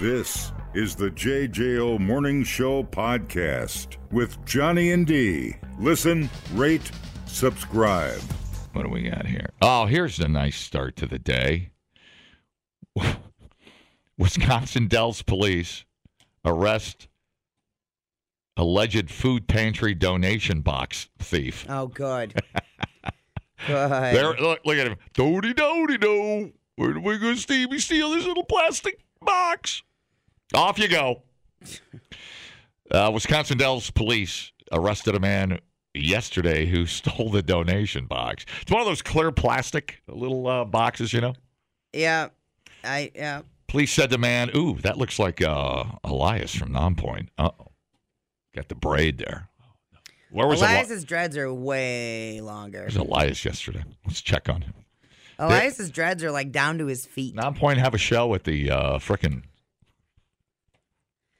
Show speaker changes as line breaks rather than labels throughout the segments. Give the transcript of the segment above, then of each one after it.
This is the JJO Morning Show podcast with Johnny and D. Listen, rate, subscribe.
What do we got here? Oh, here's a nice start to the day. Wisconsin Dells police arrest alleged food pantry donation box thief.
Oh, good. good.
There, look, look at him. Doody doody do. Where do we go, Stevie? Steal this little plastic box. Off you go. Uh, Wisconsin Dells police arrested a man yesterday who stole the donation box. It's one of those clear plastic little uh, boxes, you know.
Yeah. I yeah.
Police said the man, "Ooh, that looks like uh, Elias from Nonpoint." Uh oh, got the braid there. Where was Eli-
Elias's dreads are way longer.
Where's Elias yesterday? Let's check on him.
Elias's dreads are like down to his feet.
Nonpoint have a show at the uh, frickin'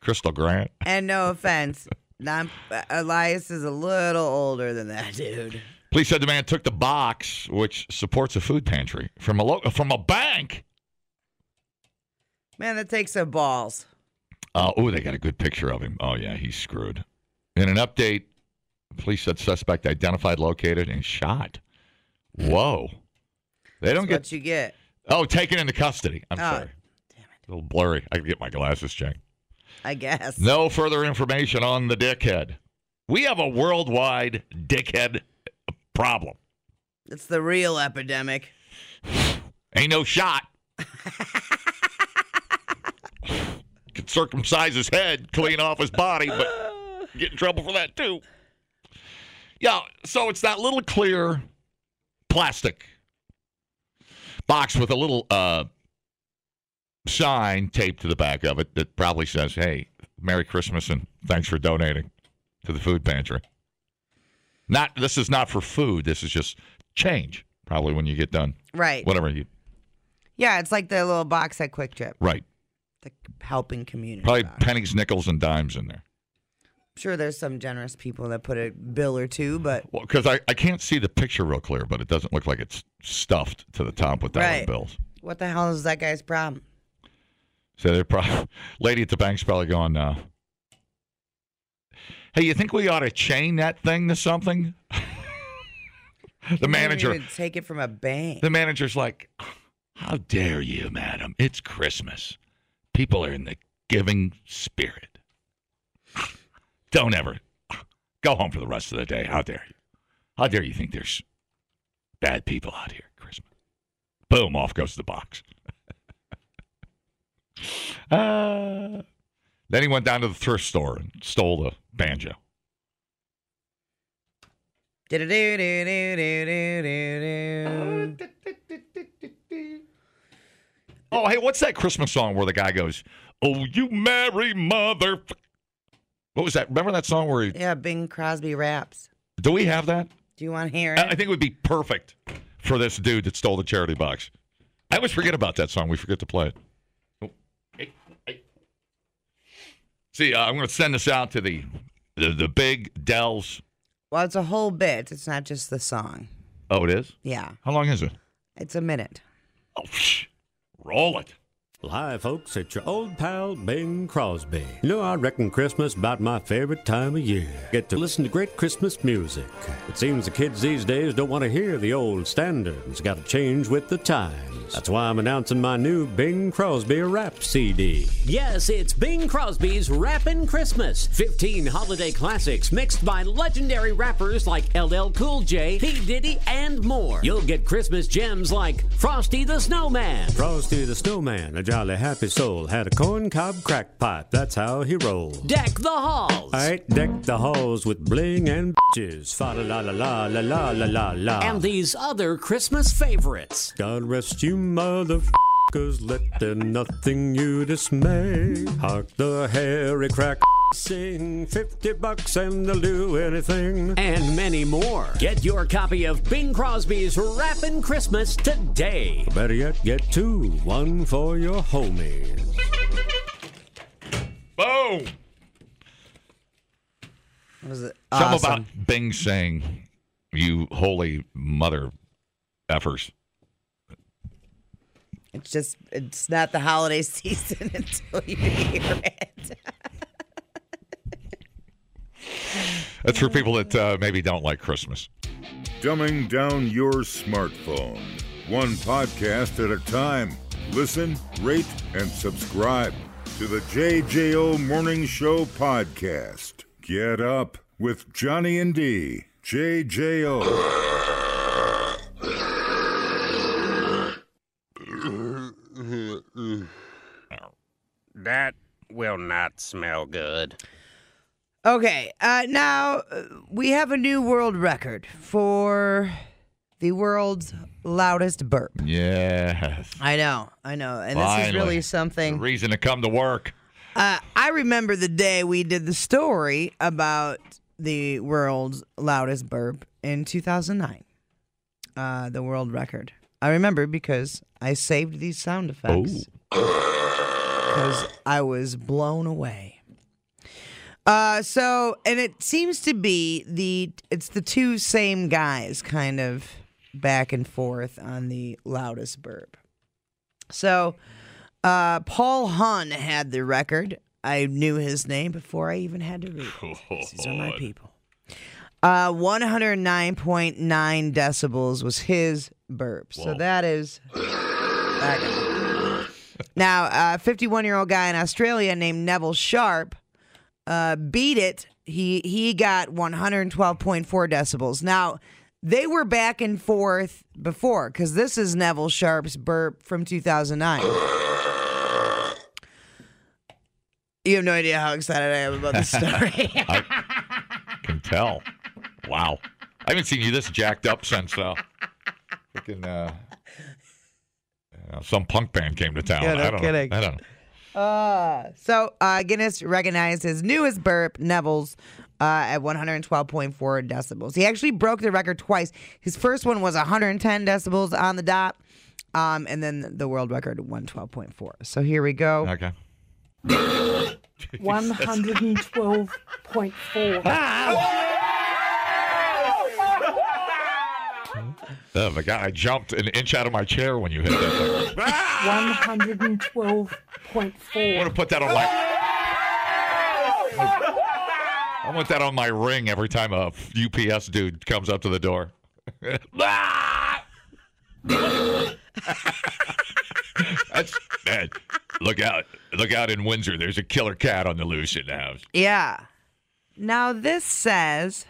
Crystal Grant.
And no offense, non- Elias is a little older than that dude.
Police said the man took the box, which supports a food pantry, from a lo- from a bank.
Man, that takes some balls.
Uh, oh, they got a good picture of him. Oh, yeah, he's screwed. In an update, police said suspect identified, located, and shot. Whoa. They don't
That's
get.
what you get.
Oh, taken into custody. I'm
Oh,
sorry. A little blurry. I can get my glasses checked.
I guess.
No further information on the dickhead. We have a worldwide dickhead problem.
It's the real epidemic.
Ain't no shot. Could circumcise his head, clean off his body, but get in trouble for that too. Yeah, so it's that little clear plastic box with a little uh, sign taped to the back of it that probably says, "Hey, Merry Christmas and thanks for donating to the food pantry." Not this is not for food. This is just change. Probably when you get done,
Right.
whatever you
Yeah, it's like the little box at Quick Trip,
right.
the helping community.
Probably
box.
pennies, nickels, and dimes in there.
I'm sure there's some generous people that put a bill or two, but
Well, because I, I can't see the picture real clear, but it doesn't look like it's stuffed to the top with dollar
Right.
bills.
what the hell is that guy's problem?
So they're probably lady at the bank's probably going, uh, "Hey, you think we ought to chain that thing to something?" the
You didn't
manager,
even take it from a bank.
the manager's like, "How dare you, madam? It's Christmas. People are in the giving spirit. Don't ever go home for the rest of the day. How dare you? How dare you think there's bad people out here at Christmas? Boom! Off goes the box. Uh, then he went down to the thrift store and stole the banjo.
Do-do-do-do-do-do-do-do.
Oh, hey, what's that Christmas song where the guy goes, "Oh, you merry mother"? f-" What was that? Remember that song where? He,
Yeah, Bing Crosby raps.
do we have that?
Do you want to hear
I I
it?
think it would be perfect for this dude that stole the charity box. I always forget about that song. We forget to play it. Oh, hey, hey. See, uh, I'm going to send this out to the the, the big Dells.
Well, it's a whole bit. It's not just the song.
Oh, it is.
Yeah,
How long is it?
it's a minute.
Oh, psh, roll it.
Well, hi, folks. It's your old pal, Bing Crosby. You know, I reckon Christmas about my favorite time of year. Get to listen to great Christmas music. It seems the kids these days don't want to hear the old standards. Got to change with the times. That's why I'm announcing my new Bing Crosby rap CD.
Yes, it's Bing Crosby's Rappin' Christmas. 15 holiday classics mixed by legendary rappers like LL Cool J, P. Diddy, and more. You'll get Christmas gems like Frosty the Snowman,
Frosty the Snowman, a jolly happy soul, had a corn cob crack pipe. That's how he rolled.
Deck the Halls,
I decked the halls with bling and bitches. Fa la la la la la la la la.
and these other Christmas favorites.
God rest you, motherfuckers. Let there nothing you dismay. Hark the hairy crack sing. Fifty bucks and they'll do anything.
And many more. Get your copy of Bing Crosby's Rappin' Christmas today.
Better yet, get two. One for your homies.
Boom.
It was
Something
awesome.
about Bing saying, "You holy mother effers."
It's just it's not the holiday season until you hear it.
That's for people that uh, maybe don't like Christmas.
Dumbing down your smartphone. One podcast at a time. Listen, rate, and subscribe to the JJO Morning Show podcast. Get up with Johnny and D. JJO.
That will not smell good.
Okay, uh, now uh, we have a new world record for the world's loudest burp.
Yes.
I know, I know, and this is
Finally.
really
A
something.
reason to come to work.
Uh, I remember the day we did the story about the world's loudest burp in 2009, uh, the world record. I remember because I saved these sound effects because I was blown away. Uh, so, and it seems to be the it's the two same guys kind of back and forth on the loudest burp. So, uh, Paul Hun had the record. I knew his name before I even had to read. It. These are my people. Uh, 109.9 decibels was his burp. So that is. that guy. now, a 51 year old guy in Australia named Neville Sharp uh, beat it. He he got 112.4 decibels. Now they were back and forth before because this is Neville Sharp's burp from 2009. You have no idea how excited I am about this story.
Can tell. Wow. I haven't seen you this jacked up since uh, freaking, uh, uh, some punk band came to town.
Yeah, no
I don't
kidding.
Know. I don't know.
Uh, so uh, Guinness recognized his newest burp, Neville's, uh, at 112.4 decibels. He actually broke the record twice. His first one was 110 decibels on the dot, um, and then the world record 112.4. So here we go.
Okay.
112.4.
Oh, the guy, I jumped an inch out of my chair when you hit that thing. Ah!
112.4.
I want to put that on my. I want that on my ring every time a UPS dude comes up to the door. Ah! That's that. Look out! Look out in Windsor. There's a killer cat on the loose in the house.
Yeah. Now this says.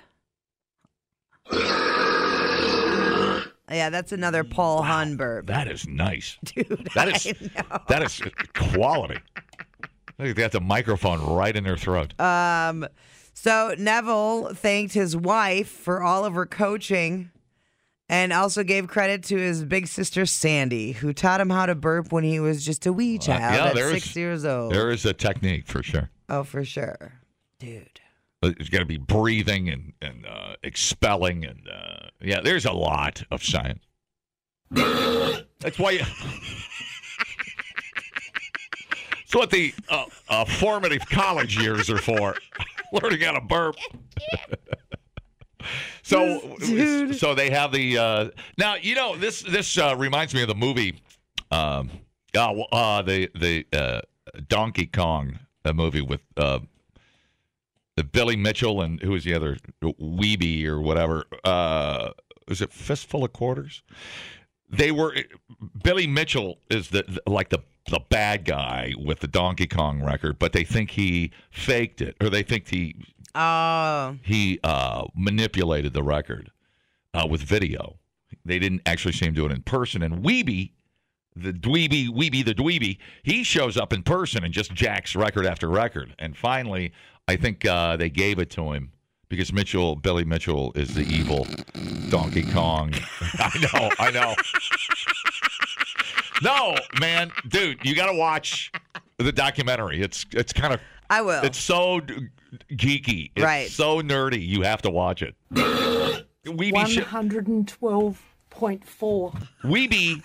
Yeah, that's another Paul Hun burp.
That is nice.
Dude,
That is that is quality. Look, they got the microphone right in their throat.
Um, so Neville thanked his wife for all of her coaching and also gave credit to his big sister Sandy, who taught him how to burp when he was just a wee child
yeah,
at
there is-
six years old.
there is a technique for sure.
oh, for sure. Dude.
It's got to be breathing and and uh, expelling and uh, yeah. There's a lot of science. That's why. You, it's what the uh, uh, formative college years are for. Learning how to burp. so so they have the uh, now. You know this this uh, reminds me of the movie. Um, uh, uh, the the uh, Donkey Kong uh movie with. Uh, the Billy Mitchell and who was the other Weeby or whatever? Uh, was it Fistful of Quarters? They were Billy Mitchell is the, the- like the the bad guy with the Donkey Kong record, but they think he faked it or they think he
Oh,
he uh, manipulated the record uh, with video. They didn't actually see him do it in person. And Weeby, the dweeby, Weeby the dweeby, he shows up in person and just jacks record after record. And finally, I think uh, they gave it to him because Mitchell, Billy Mitchell, is the evil Donkey Kong. I know, I know. No, man, dude, you got to watch the documentary. It's it's kind of
I will.
it's so d- geeky. It's
Oh. Right.
so nerdy. You have to watch it. Weeby, sh-
112.4.
Weeby,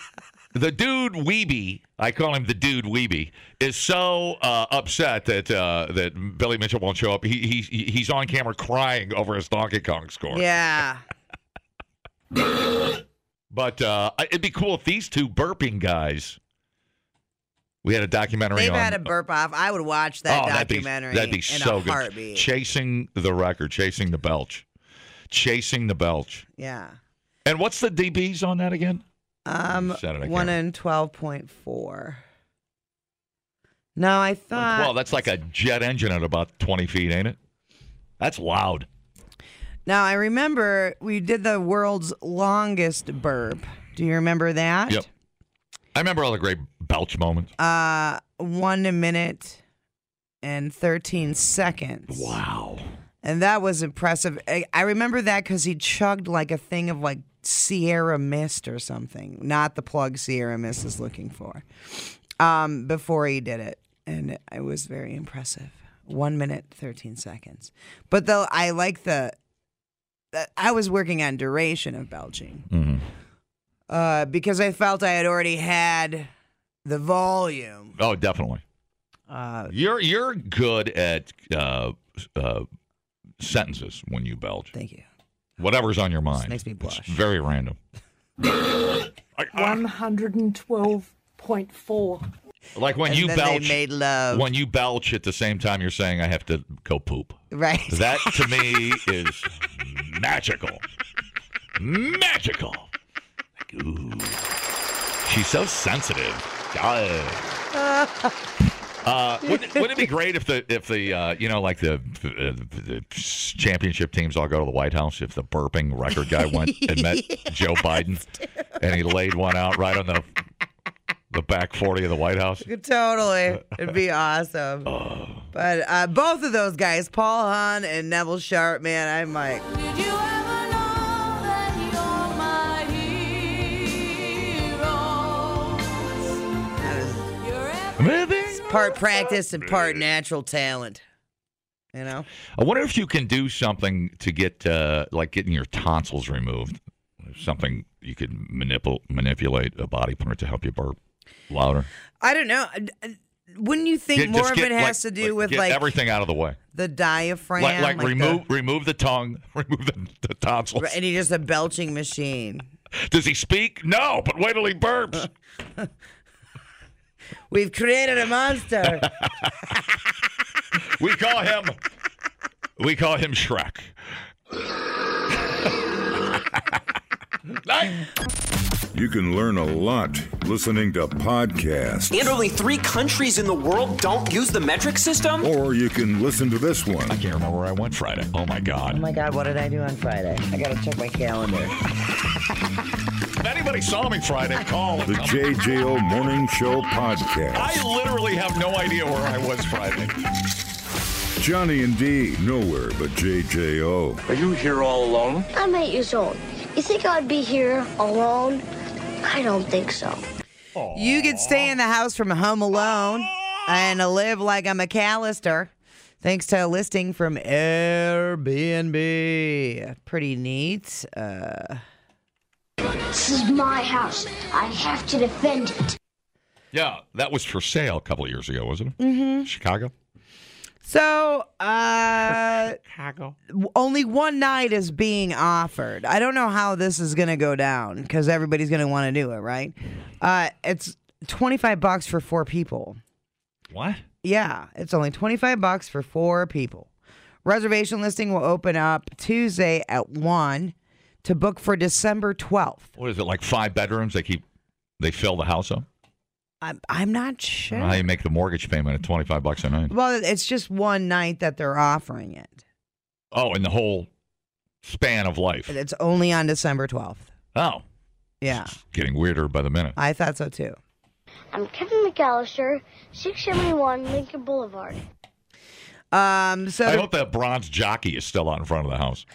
the dude Weeby, I call him the dude Weeby, is so uh, upset that uh, that Billy Mitchell won't show up. He, he he's on camera crying over his Donkey Kong score.
yeah.
But uh, it'd be cool if these two burping guys We had a documentary
They've
on.
had a burp off. I would watch that
oh, that'd be-
documentary
That'd be,
in
so
a
good.
heartbeat.
Chasing the record, chasing the belch, chasing the belch.
yeah.
And what's the DBs on that again?
Um,
said it, I
one
can't
in twelve point four. No, I thought.
well, that's like a jet engine at about 20 feet, ain't it? That's loud.
Now I remember we did the world's longest burp. Do you remember that?
Yep. I remember all the great belch moments.
Uh, one minute and thirteen seconds.
Wow.
And that was impressive. I, I remember that because he chugged like a thing of like Sierra Mist or something, not the plug Sierra Mist is looking for, um, before he did it. And it was very impressive. One minute, 13 seconds. But though I like the, the- I was working on duration of belching uh, because I felt I had already had the volume.
Oh, definitely.
Uh,
You're you're good at uh, uh, sentences when you belch.
thank you.
Whatever's on your mind.
makes me blush.
It's very random.
112.4.
Like when
And
you
then
belch.
they made love.
when you belch at the same time you're saying I have to go poop.
right.
That to me is magical. Magical. Like, ooh. She's so sensitive. Ah. Uh, wouldn't, wouldn't it be great if the if the uh, you know like the, uh, the championship teams all go to the White House if the burping record guy went and met Joe Biden and he laid one out right on the the back forty of the White House?
Totally. It'd be awesome.
Oh.
But uh, both of those guys, Paul Hahn and Neville Sharp, man, I'm like,
Did you ever know that you're my hero?
that is
You're every
Moving
part practice and part natural talent. You know?
I wonder if you can do something to get uh, like getting your tonsils removed. Something you could manipul- manipulate a body part to help you burp louder.
I don't know. I- I- Wouldn't you think
Get-
more
just
of
get,
it
like-
has to do with
get
like
everything out of the way,
the diaphragm?
like, like,
the-
remove remove the tongue, remove the, the tonsils.
and he's just a belching machine.
Does he speak? No, but wait till he burps.
We've created a monster.
we call him we call him Shrek. Like-
You can learn a lot listening to podcasts,
And only three countries in the world don't use the metric system?
or you can listen to this one.
I can't remember where I went Friday. Oh my god.
oh my God, what did I do on Friday? I got to check my calendar.
If anybody saw me Friday, call
The JJO Morning Show Podcast.
I literally have no idea where I was Friday.
Johnny and Dee, nowhere but JJO.
Are you here all alone?
I'm eight years old. You think I'd be here alone? I don't think so.
You could stay in the house from Home Alone and live like a McAllister thanks to a listing from Airbnb. Pretty neat. Uh,
This is my house. I have to defend it.
Yeah, that was for sale a couple of years ago, wasn't it? Mm-hmm. Chicago.
so, uh, w- only one night is being offered. I don't know how this is going to go down because everybody's going to want to do it, right? Uh, it's 25 bucks for four people.
What?
Yeah, it's only 25 bucks for four people. Reservation listing will open up Tuesday at 1 to book for December 12th.
What is it like? Five bedrooms? They keep they fill the house up.
I'm, I'm not
I
sure.
don't know how you make the mortgage payment at twenty five bucks a night?
well, it's just one night that they're offering it.
Oh, and the whole span of life.
And It's only on December 12th.
Oh,
Yeah,
getting weirder by the minute.
I thought so too.
I'm Kevin McAllister, 671 Lincoln Boulevard.
Um, so
I hope that bronze jockey is still out in front of the house.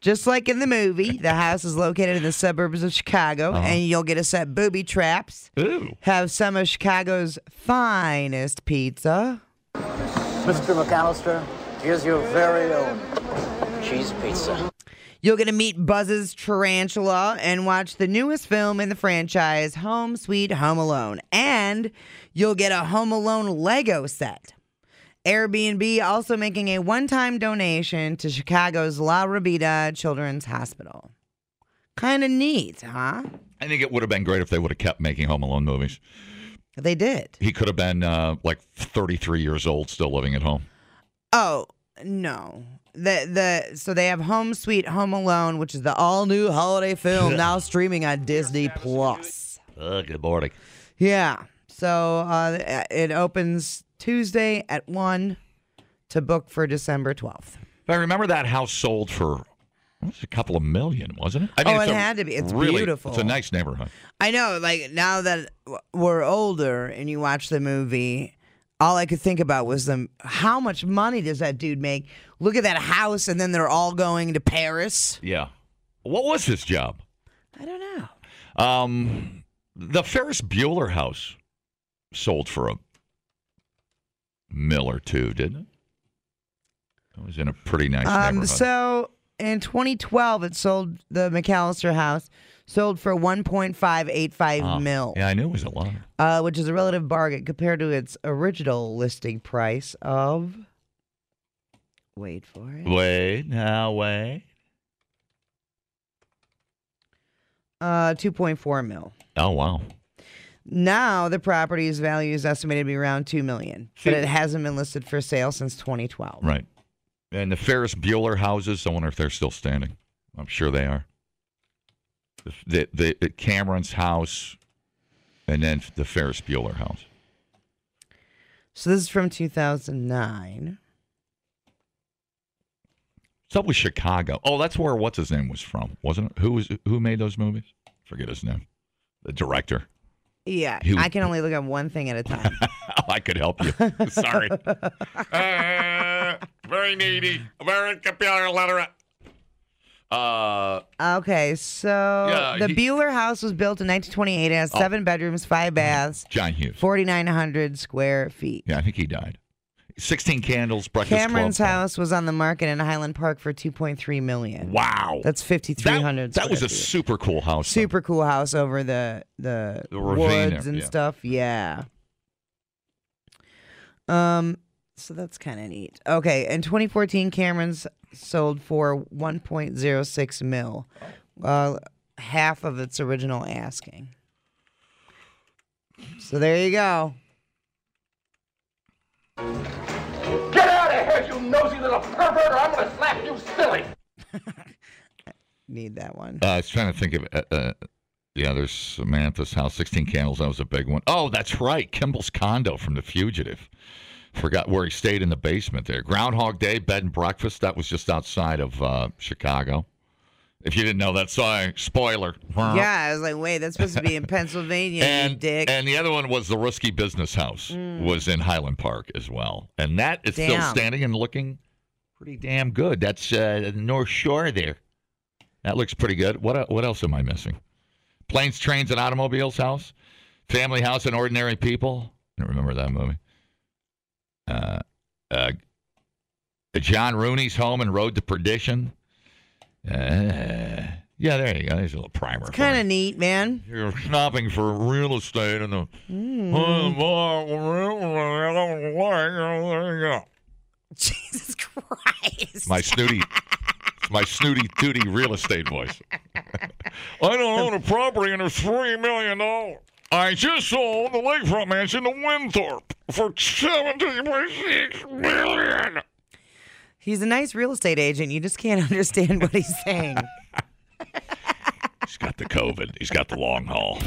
Just like in the movie, the house is located in the suburbs of Chicago,
Uh-huh.
and you'll get a set of booby traps,
Ooh.
have some of Chicago's finest pizza.
Mr. McAllister, here's your very own cheese pizza.
You'll get to meet Buzz's tarantula and watch the newest film in the franchise, Home Sweet Home Alone. And you'll get a Home Alone Lego set. Airbnb also making a one time donation to Chicago's La Rabida Children's Hospital. Kind of neat, huh?
I think it would have been great if they would have kept making Home Alone movies.
They did.
He could have been uh, like 33 years old, still living at home.
Oh no. The the so they have Home Sweet Home Alone, which is the all new holiday film now streaming on Disney Plus.
Oh, good morning.
Yeah. So uh, it opens Tuesday at one to book for December twelfth.
But I remember that house sold for it was a couple of million, wasn't it? I
Oh,
it's
it
a
had to be. It's
really-
beautiful.
It's a nice neighborhood.
I know, like now that w- we're older and you watch the movie, all I could think about was them. How much money does that dude make? Look at that house, and then they're all going to Paris.
Yeah. What was his job?
I don't know.
Um, the Ferris Bueller house sold for a mill or two, didn't it? It was in a pretty nice
Um,
neighborhood.
so in 2012, it sold the McAllister house sold for 1.585
Ah,
mil,
Yeah, I knew it was a lot.
uh, which is a relative bargain compared to its original listing price of. Wait for it.
Wait, now wait.
Uh, 2.4 mil.
Oh wow.
Now the property's value is estimated to be around two million, but it hasn't been listed for sale since 2012.
Right. And the Ferris Bueller houses, I wonder if they're still standing. I'm sure they are. The, the, the Cameron's house and then the Ferris Bueller house.
So this is from 2009.
It's up with Chicago. Oh, that's where what's his name was from, wasn't it? Who was who made those movies? Forget his name. The director.
Yeah,
He was-
I can only look at one thing at a time.
I could help you. Sorry. Uh, very needy. Very computer illiterate. Uh,
okay, so
Yeah,
the
he-
Bueller house was built in 1928. It has
Oh.
seven bedrooms, five baths,
John Hughes.
4,900 square feet.
Yeah, I think he died. Sixteen candles. Breakfast
Cameron's
Club.
house was on the market in Highland Park for 2.3 million.
Wow.
That's 5,300.
That, that was
square
a
feet.
super cool house. though.
super cool house over the the,
The ravine
woods
there,
and
yeah.
stuff. Yeah. Um. So that's kind of neat. Okay, in 2014, Cameron's sold for 1.06 mil, uh, half of its original asking. So there you go.
Get out of here, you nosy little pervert, or I'm gonna slap you silly.
Need that one.
Uh, I was trying to think of. Uh, uh, yeah, there's Samantha's house, 16 candles. That was a big one. Oh, that's right. Kimball's condo from The Fugitive. Forgot where he stayed in the basement there. Groundhog Day, bed and breakfast. That was just outside of uh, Chicago. If you didn't know that, sorry, spoiler.
Yeah, I was like, wait, that's supposed to be in Pennsylvania, you
And,
dick. Mm.
and the other one was the Risky Business House, was in Highland Park as well. And that is still
Damn.
standing and looking pretty damn good. That's uh, North Shore there. That looks pretty good. What uh, what else am I missing? Planes, Trains, and Automobiles House, Family House, and Ordinary People. I don't remember that movie. Uh, uh, John Rooney's Home and Road to Perdition. Uh, yeah, there you go. There's a little primer. for
kind
you.
of neat, man.
You're shopping for real estate in the. uh,
Jesus Christ.
My snooty, it's my snooty tooty real estate voice. I don't own a property under three million dollars. I just sold the lakefront mansion to Winthorpe for seventeen point six million.
He's a nice real estate agent. You just can't understand what he's saying.
He's got the COVID. He's got the long haul.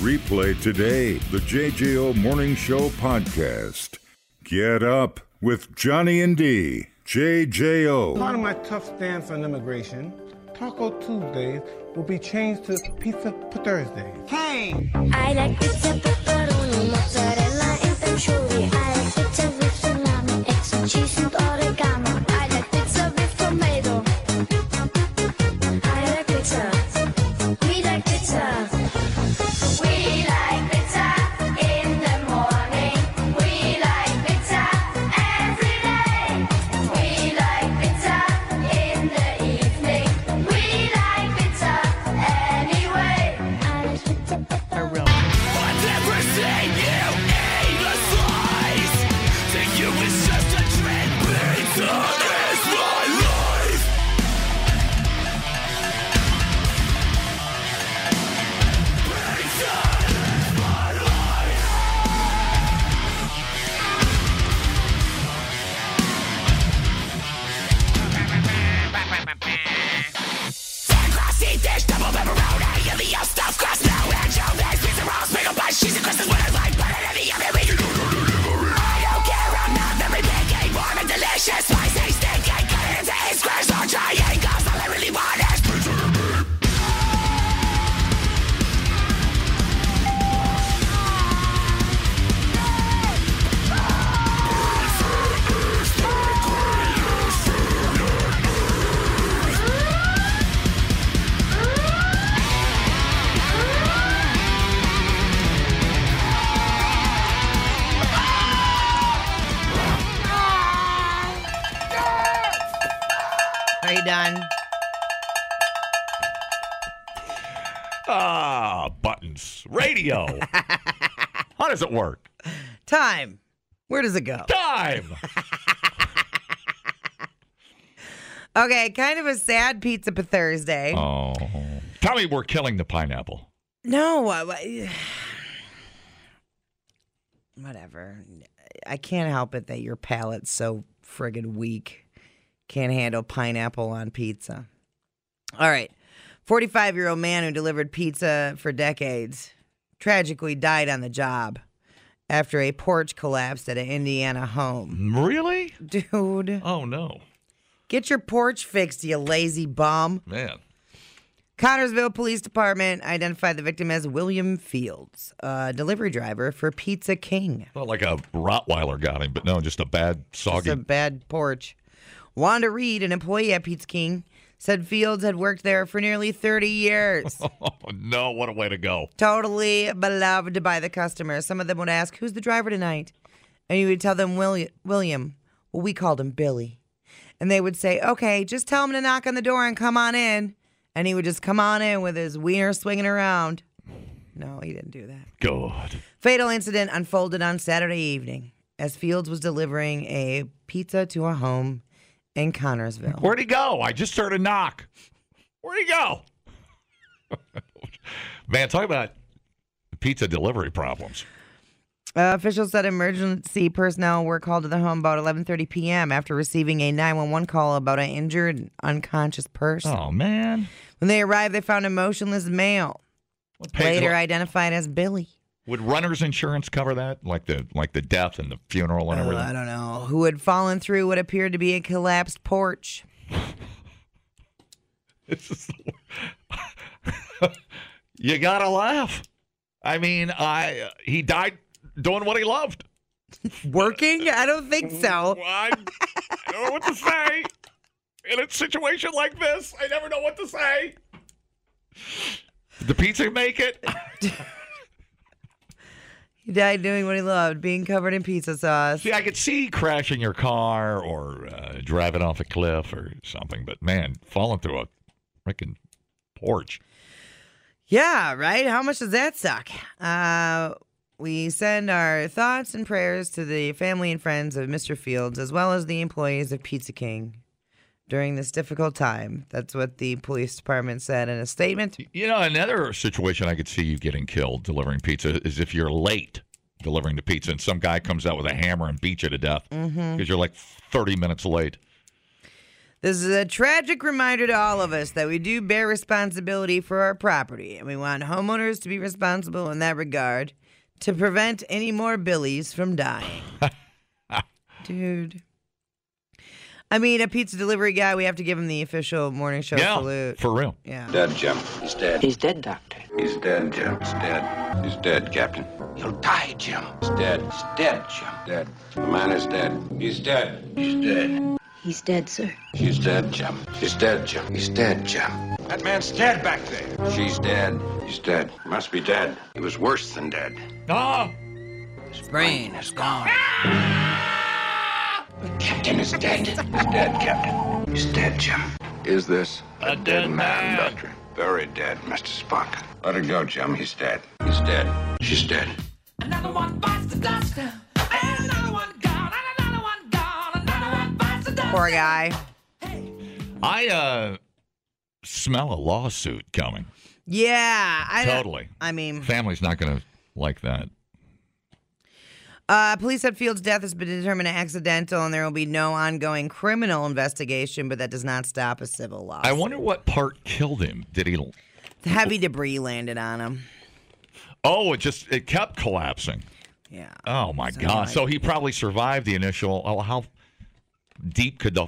Replay today the JJO Morning Show podcast. Get up with Johnny and D. JJO.
Part of my tough stance on immigration, Taco Tuesdays will be changed to Pizza Thursdays.
Hey! I like pizza pepperoni, mozzarella and patchouli. I like pizza with salami, extra cheese and oregano. I like pizza with tomato. I like pizza. We like pizza. We like pizza in the morning. We like pizza every day. We like pizza in the evening. We like pizza anyway. I like pizza
I never seen you eat a slice. To you it's just a dream. Pizza is my life. Pizza is my life.
Are you done?
Ah, buttons. Radio. How does it work?
Time. Where does it go?
Time.
Okay, kind of a sad pizza for Thursday.
Oh. Tell me we're killing the pineapple.
No, I- I- whatever. I can't help it that your palate's so friggin' weak. Can't handle pineapple on pizza. All right. 45 year old man who delivered pizza for decades tragically died on the job after a porch collapsed at an Indiana home.
Really?
Dude.
Oh, no.
Get your porch fixed, you lazy bum.
Man.
Connorsville Police Department identified the victim as William Fields, a delivery driver for Pizza King.
Not like a Rottweiler got him, but no, just a bad,
It's
soggy.
a bad porch. Wanda Reed, an employee at Pizza King, said Fields had worked there for nearly 30 years.
Oh, no, what a way to go.
totally beloved by the customers. Some of them would ask, Who's the driver tonight? And you would tell them, "Willi- William. Well, we called him Billy. And they would say, Okay, just tell him to knock on the door and come on in. And he would just come on in with his wiener swinging around. No, he didn't do that.
Good.
Fatal incident unfolded on Saturday evening as Fields was delivering a pizza to a home in Connorsville.
Where'd he go? I just heard a knock. Where'd he go? Man, talk about pizza delivery problems.
Uh, officials said emergency personnel were called to the home about 11:30 p.m. after receiving a 911 call about an injured, and unconscious person.
Oh, man.
When they arrived, they found a motionless male,
page-
later identified as Billy,
Would runner's insurance cover that? Like the like the death and the funeral
Uh,
and everything? I
don't know. who had fallen through what appeared to be a collapsed porch.
You gotta laugh. I mean, I uh, he died doing what he loved.
Working? I don't think so.
I, I don't know what to say. In a situation like this, I never know what to say. Did the pizza make it?
He died doing what he loved, being covered in pizza sauce.
See, I could see crashing your car or uh, driving off a cliff or something, but man, falling through a freaking porch.
Yeah, right? How much does that suck? Uh, we send our thoughts and prayers to the family and friends of Mr. Fields, as well as the employees of Pizza King during this difficult time. That's what the police department said in a statement.
You know, another situation I could see you getting killed delivering pizza is if you're late delivering the pizza and some guy comes out with a hammer and beats you to death because
Mhm.
you're like 30 minutes late.
This is a tragic reminder to all of us that we do bear responsibility for our property, and we want homeowners to be responsible in that regard to prevent any more Billies from dying. Dude. I mean, a pizza delivery guy, we have to give him the official morning show
Yeah,
salute.
for real.
Yeah.
Dead, Jim. He's dead. He's dead, Doctor. He's dead, Jim. He's dead. He's dead, Captain. He'll die, Jim. He's dead. He's dead, Jim. Dead. The man is dead. He's dead. He's dead.
He's dead, sir.
He's dead, Jim. He's dead, Jim. He's dead, Jim. That man's dead back there. She's dead. He's dead. Must be dead. He was worse than dead.
Ah!
His brain is gone. The captain is dead. He's dead, Captain. He's dead, Jim. Is this a, dead, man, Doctor? Very dead, Mr. Spock. Let her go, Jim. He's dead. He's dead. She's dead.
Another one bites the dust. And another one gone. And another one gone. Another one bites the dust.
Poor guy.
I uh, smell a lawsuit coming.
Yeah. I
Totally.
I mean,
Family's not going to like that.
Uh, police said Fields' death has been determined accidental, and there will be no ongoing criminal investigation, but that does not stop a civil law.
I wonder what part killed him. Did he?
Heavy debris landed on him.
Oh, it just it kept collapsing.
Yeah.
Oh my
Something
God!
like
so he probably survived the initial. Oh, how deep could the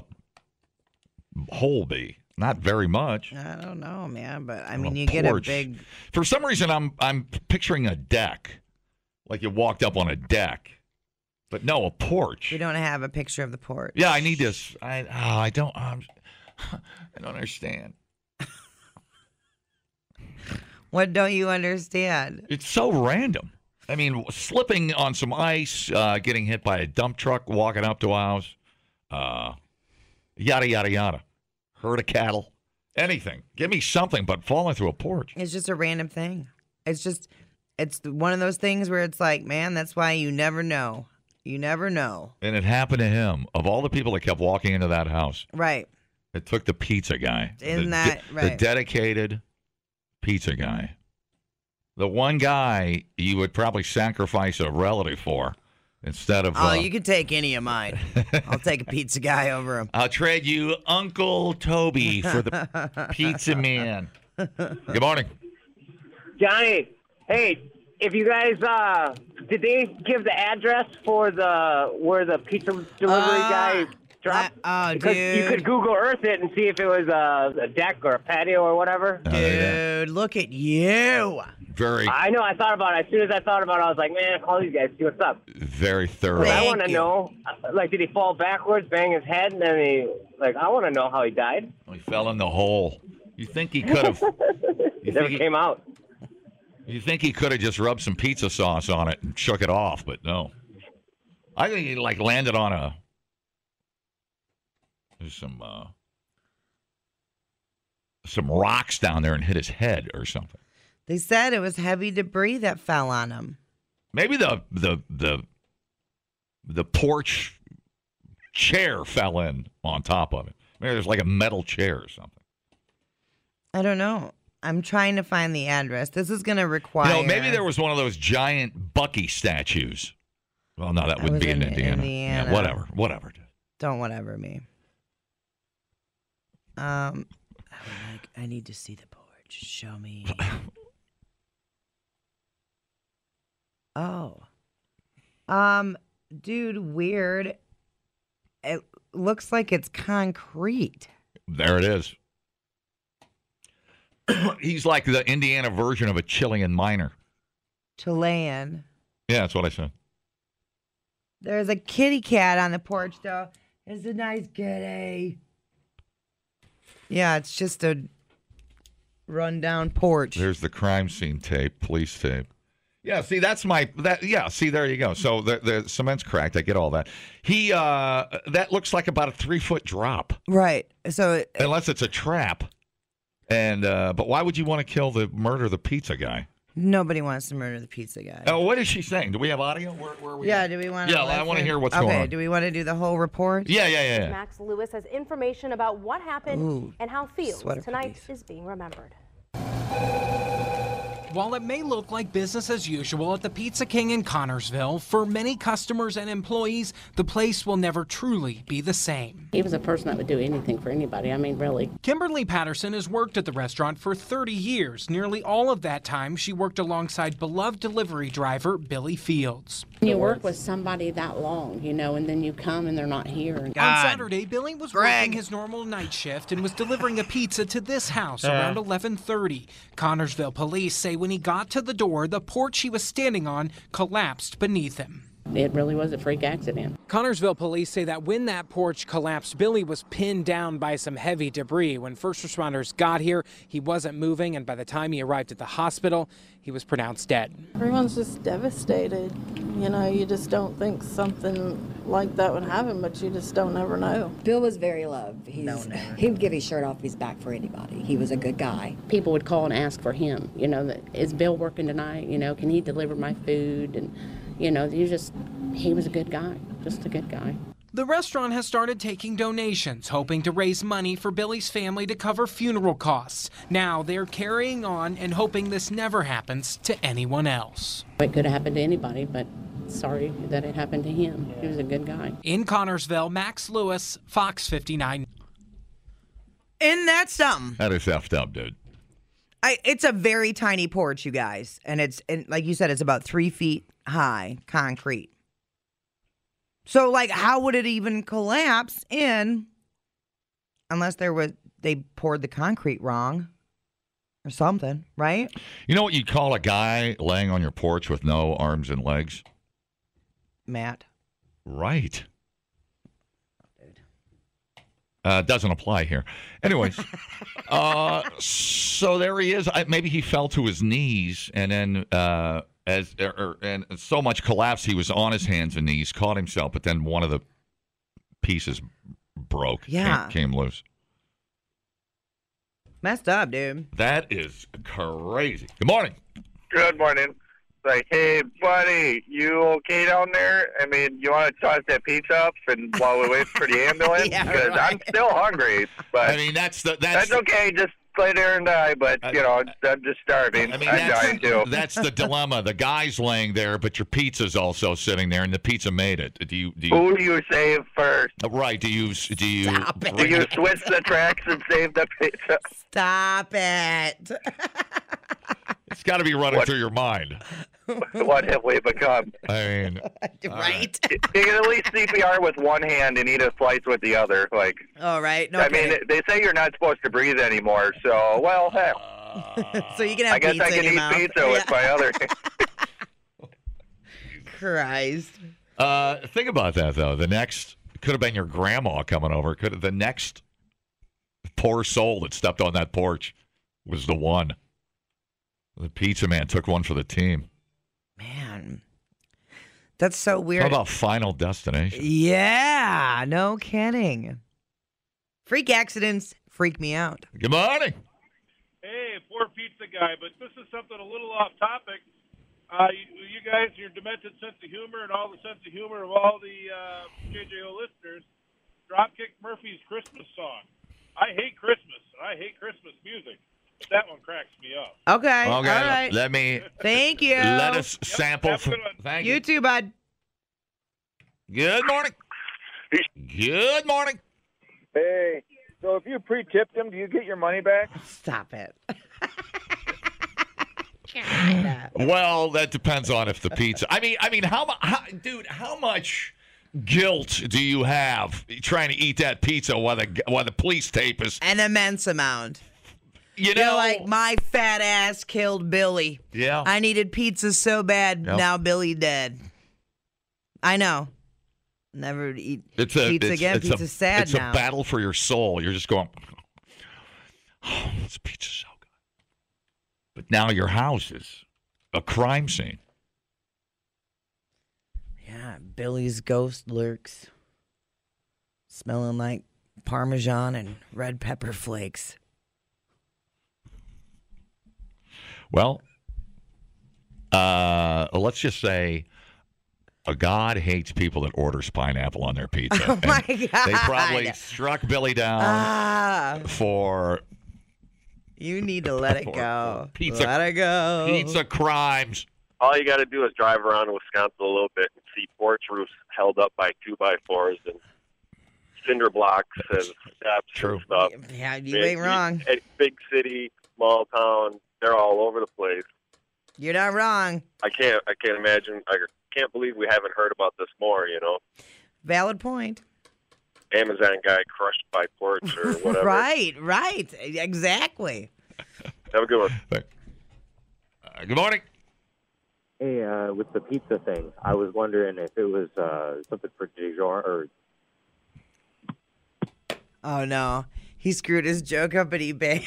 hole be? Not very much.
I don't know, man, but I
On
mean, you get a
porch.
big.
For some reason, I'm I'm picturing a deck, like you walked up on a deck, but no, a porch.
We don't have a picture of the porch.
Yeah, I need this. I oh, I don't. I'm, I don't understand.
What don't you understand?
It's so random. I mean, slipping on some ice, uh, getting hit by a dump truck, walking up to a house, uh, yada yada yada. herd of cattle, anything. Give me something but falling through a porch.
It's just a random thing. It's just, it's one of those things where it's like, man, that's why you never know. You never know.
And it happened to him. Of all the people that kept walking into that house,
Right.
it took the pizza guy.
In
the,
that-
The
right.
dedicated pizza guy. The one guy you would probably sacrifice a relative for instead of.
Oh,
uh,
you could take any of mine. I'll take a pizza guy over him.
I'll trade you Uncle Toby for the pizza man. Good morning.
Johnny, hey, if you guys, uh, did they give the address for the where the pizza delivery guy dropped?
Uh, oh,
because you
dude.
could Google Earth it and see if it was uh, a, a deck or a patio or whatever.
Oh,
Dude, look at you.
Very,
I know. I thought about it. As soon as I thought about it, I was like, man, call these guys, see what's up.
very thorough.
But I want to know, like, did he fall backwards, bang his head, and then he, like, I want to know how he died.
He fell in the hole. You think he could have?
It never came out.
You think he could have just rubbed some pizza sauce on it and shook it off? But no. I think he like landed on a. There's some uh, some rocks down there and hit his head or something.
They said it was heavy debris that fell on him.
Maybe the the the the porch chair fell in on top of it. Maybe there's like a metal chair or something.
I don't know. I'm trying to find the address. This is going to require.
No, maybe there was one of those giant Bucky statues. Well, no, that wouldn't
was
be in,
in
Indiana.
Indiana.
Yeah, whatever, whatever.
Don't whatever me. Um, I would like, I need to see the porch. Show me. oh, um, dude, weird. It looks like it's concrete.
There it is. He's like the Indiana version of a Chilean miner.
Chilean.
Yeah, that's what I said.
There's a kitty cat on the porch, though. It's a nice kitty. Yeah, it's just a rundown porch.
There's the crime scene tape, police tape. Yeah, see, that's my that. Yeah, see, there you go. So the the cement's cracked. I get all that. He uh, that looks like about a three foot drop,
Right. So it,
unless it's a trap. And uh, but why would you want to kill the murder the pizza guy?
nobody wants to murder the pizza guy.
Oh, what is she saying? Do we have audio? Where, where are we?
Yeah, do we want
Yeah, I wanna hear what's going
Okay,
on.
do we want to do the whole report?
Yeah, yeah, yeah, yeah.
Max Lewis has information about what happened
Ooh,
and how Fields
sweater
tonight is being remembered.
While it may look like business as usual at the Pizza King in Connorsville, for many customers and employees, the place will never truly be the same.
He was a person that would do anything for anybody. I mean, really.
Kimberly Patterson has worked at the restaurant for 30 years. Nearly all of that time, she worked alongside beloved delivery driver Billy Fields.
When you work with somebody that long, you know, and then you come and they're not here.
On Saturday, Billy was working his normal night shift and was delivering a pizza to this house
Uh.
around 11:30. Connorsville police say when he got to the door, the porch he was standing on collapsed beneath him.
It really was a freak accident.
Connorsville police say that when that porch collapsed, Billy was pinned down by some heavy debris. When first responders got here, he wasn't moving, and by the time he arrived at the hospital, he was pronounced dead.
Everyone's just devastated. You know, you just don't think something like that would happen, but you just don't ever know.
Bill was very loved. He's, he would give his shirt off his back for anybody. He was a good guy.
People would call and ask for him, you know, that, is Bill working tonight? You know, can he deliver my food? And, you know, you just, he was a good guy, just a good guy.
The restaurant has started taking donations, hoping to raise money for Billy's family to cover funeral costs. Now they're carrying on and hoping this never happens to anyone else.
It could have happened to anybody, but sorry that it happened to him. He was a good guy.
In Connorsville, Max Lewis, Fox 59.
And that's something.
That is effed up, dude.
I, it's a very tiny porch, you guys, and it's and like you said, it's about three feet high, concrete. So, like, how would it even collapse in? Unless there was they poured the concrete wrong, or something, right?
You know what you'd call a guy laying on your porch with no arms and legs?
Matt,
Right. Uh, doesn't apply here. Anyways, uh, so there he is. I, maybe he fell to his knees and then uh, as er, er, and so much collapse, he was on his hands and knees, caught himself, but then one of the pieces broke.
Yeah.
came, came loose.
Messed up, dude.
That is crazy. Good morning.
Good morning. Like, hey, buddy, you okay down there? I mean, you want to toss that pizza up and while we wait for the ambulance?
Yeah,
Because I'm still hungry, but
I mean, that's the
that's,
that's uh,
okay. Just lay there and die. But you know, I'm just starving. I
mean,
am dying too.
that's, that's the dilemma. The guy's laying there, but your pizza's also sitting there, and the pizza made it. Do you? Do you
Who do you save first?
Right? Do you? Do you?
Do you switch the tracks and save the pizza?
Stop it.
It's got to be running through your mind.
What have we become?
I mean,
right?
You you can at least CPR with one hand and eat a slice with the other. Like,
All right. No
I mean,
kidding.
they say you're not supposed to breathe anymore. So, well, heck.
so you can have
I guess
pizza
I
in
can
your
eat
mouth.
pizza with my other.
Christ.
Uh, think about that though. The next could have been your grandma coming over. Could have the next poor soul that stepped on that porch was the one. The pizza man took one for the team.
Man, that's so weird.
How about Final Destination?
Yeah, no kidding. Freak accidents freak me out.
Good morning.
Hey, poor pizza guy, but this is something a little off topic. Uh, you, you guys, your demented sense of humor and all the sense of humor of all the uh, JJO listeners, Dropkick Murphy's Christmas song. I hate Christmas. I hate Christmas music. That one cracks me up.
Okay.
Okay,
All right.
let me
Thank you.
let us sample.
have a
From,
good
thank
you
you.
too, bud.
Good morning. Good morning.
Hey, so if you pre-tipped him, do you get your money back?
Stop it.
Well, that depends on if the pizza. I mean, I mean, how, mu- how dude? How much guilt do you have trying to eat that pizza while the while the police tape is?
An immense amount.
You
know, like my fat ass killed Billy.
Yeah.
I needed pizza so bad.
Yeah.
Now Billy dead. I know. Never eat
It's a
pizza
it's,
again.
It's
Pizza's
a,
sad
it's
now.
a battle for your soul. You're just going. Oh, this pizza's so good. But now your house is a crime scene.
Yeah, Billy's ghost lurks, smelling like parmesan and red pepper flakes.
Well, uh, let's just say a god hates people that orders pineapple on their pizza.
Oh my god!
They probably struck Billy down
Ah,
for
you need to let it go.
pizza.
Let it go.
Pizza crimes.
All you got to do is drive around Wisconsin a little bit and see porch roofs held up by two by fours and cinder blocks and steps and stuff.
Yeah, you
Big-
ain't wrong.
And big city, small town, they're all over the place.
You're not wrong.
I can't, I can't imagine. I can't believe we haven't heard about this more. You know,
Valid point.
Amazon guy crushed by porch or whatever.
Right, right, exactly.
Have a good one.
Uh, good morning.
Hey, uh, with the pizza thing, I was wondering if it was uh, something for DiGiorno or
Oh no, he screwed his joke up and he bailed.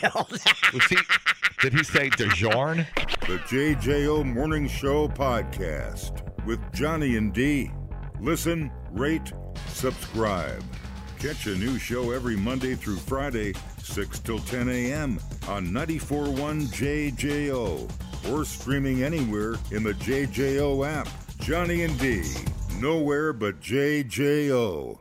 Did he say DeJorn?
The JJO Morning Show podcast with Johnny and D. Listen, rate, subscribe. Catch a new show every Monday through Friday, 6 till 10 a.m. on 94.1 JJO or streaming anywhere in the JJO app. Johnny and D. Nowhere but JJO.